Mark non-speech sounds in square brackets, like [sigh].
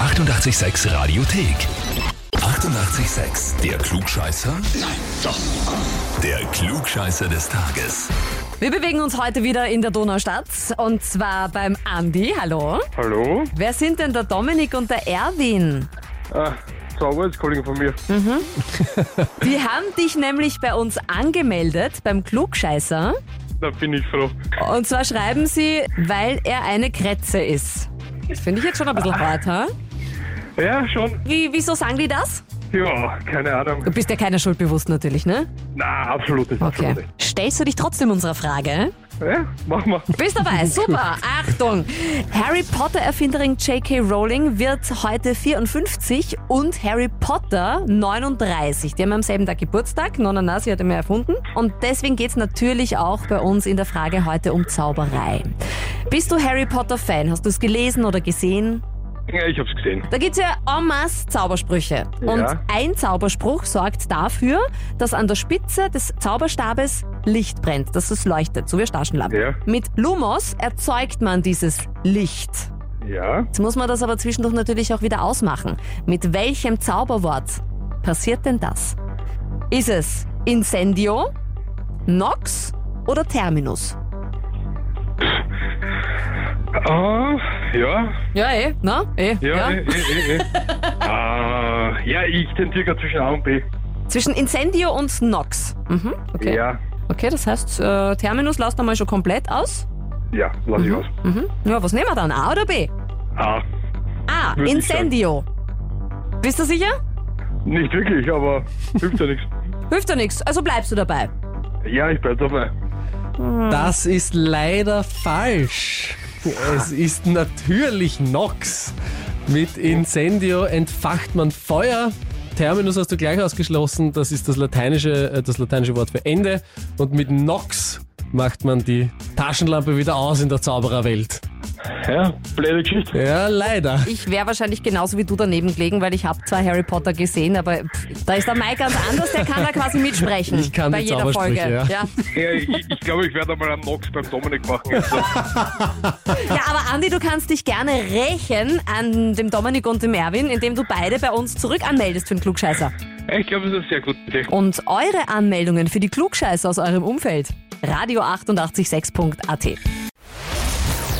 886 Radiothek. 88,6. Der Klugscheißer? Nein, doch. Der Klugscheißer des Tages. Wir bewegen uns heute wieder in der Donaustadt und zwar beim Andi. Hallo. Hallo? Wer sind denn der Dominik und der Erwin? Ah, zwei Arbeitskollegen von mir. Die haben dich nämlich bei uns angemeldet beim Klugscheißer. Da bin ich froh. Und zwar schreiben sie, weil er eine Kretze ist. Das finde ich jetzt schon ein bisschen hart, ha? Ja, schon. Wie, wieso sagen die das? Ja, keine Ahnung. Du bist ja keiner Schuld bewusst natürlich, ne? Na, absolut nicht. Okay. Absolut nicht. Stellst du dich trotzdem unserer Frage? Ja, machen wir. Bist dabei, super. Achtung! Harry Potter-Erfinderin J.K. Rowling wird heute 54 und Harry Potter 39. Die haben am selben Tag Geburtstag. Nonna sie hat ihn ja erfunden. Und deswegen geht's natürlich auch bei uns in der Frage heute um Zauberei. Bist du Harry Potter-Fan? Hast du es gelesen oder gesehen? Ja, ich hab's gesehen. Da gibt's ja en masse Zaubersprüche. Und ein Zauberspruch sorgt dafür, dass an der Spitze des Zauberstabes Licht brennt, dass es leuchtet, so wie eine Taschenlampe. Ja. Mit Lumos erzeugt man dieses Licht. Ja. Jetzt muss man das aber zwischendurch natürlich auch wieder ausmachen. Mit welchem Zauberwort passiert denn das? Ist es Incendio, Nox oder Terminus? Ah, ja. Ja, eh, na, eh, Ja, [laughs] eh, eh, eh, eh. Ah, ja, ich tendiere grad zwischen A und B. Zwischen Incendio und Nox. Mhm, okay. Ja. Okay, das heißt, äh, Terminus lasst einmal schon komplett aus. Ja, lass ich aus. Mhm. Ja, was nehmen wir dann? A oder B? Ah, A, Würde ich Incendio. Bist du sicher? nicht wirklich, aber hilft ja nichts. Hilft ja nichts, also bleibst du dabei. Ja, ich bleib dabei. Das ist leider falsch. Es ist natürlich Nox. Mit Incendio entfacht man Feuer. Terminus hast du gleich ausgeschlossen, das ist das lateinische, äh, das lateinische Wort für Ende. Und mit Nox macht man die Taschenlampe wieder aus in der Zaubererwelt. Ja, blöde Geschichte. Ja, leider. Ich wäre wahrscheinlich genauso wie du daneben gelegen, weil ich habe zwar Harry Potter gesehen, aber pff, da ist der Mike ganz anders, der kann da quasi mitsprechen. Ich kann bei die jeder Folge. Zaubersprüche, ja. Ja. Ja, ich ich glaube, ich werde einmal einen Nox beim Dominik machen. Also, Jetzt. ja, aber Andi, du kannst dich gerne rächen an dem Dominik und dem Erwin, indem du beide bei uns zurück anmeldest für den Klugscheißer. Ich glaube, das ist eine sehr gute Idee. Und eure Anmeldungen für die Klugscheißer aus eurem Umfeld. Radio886.at.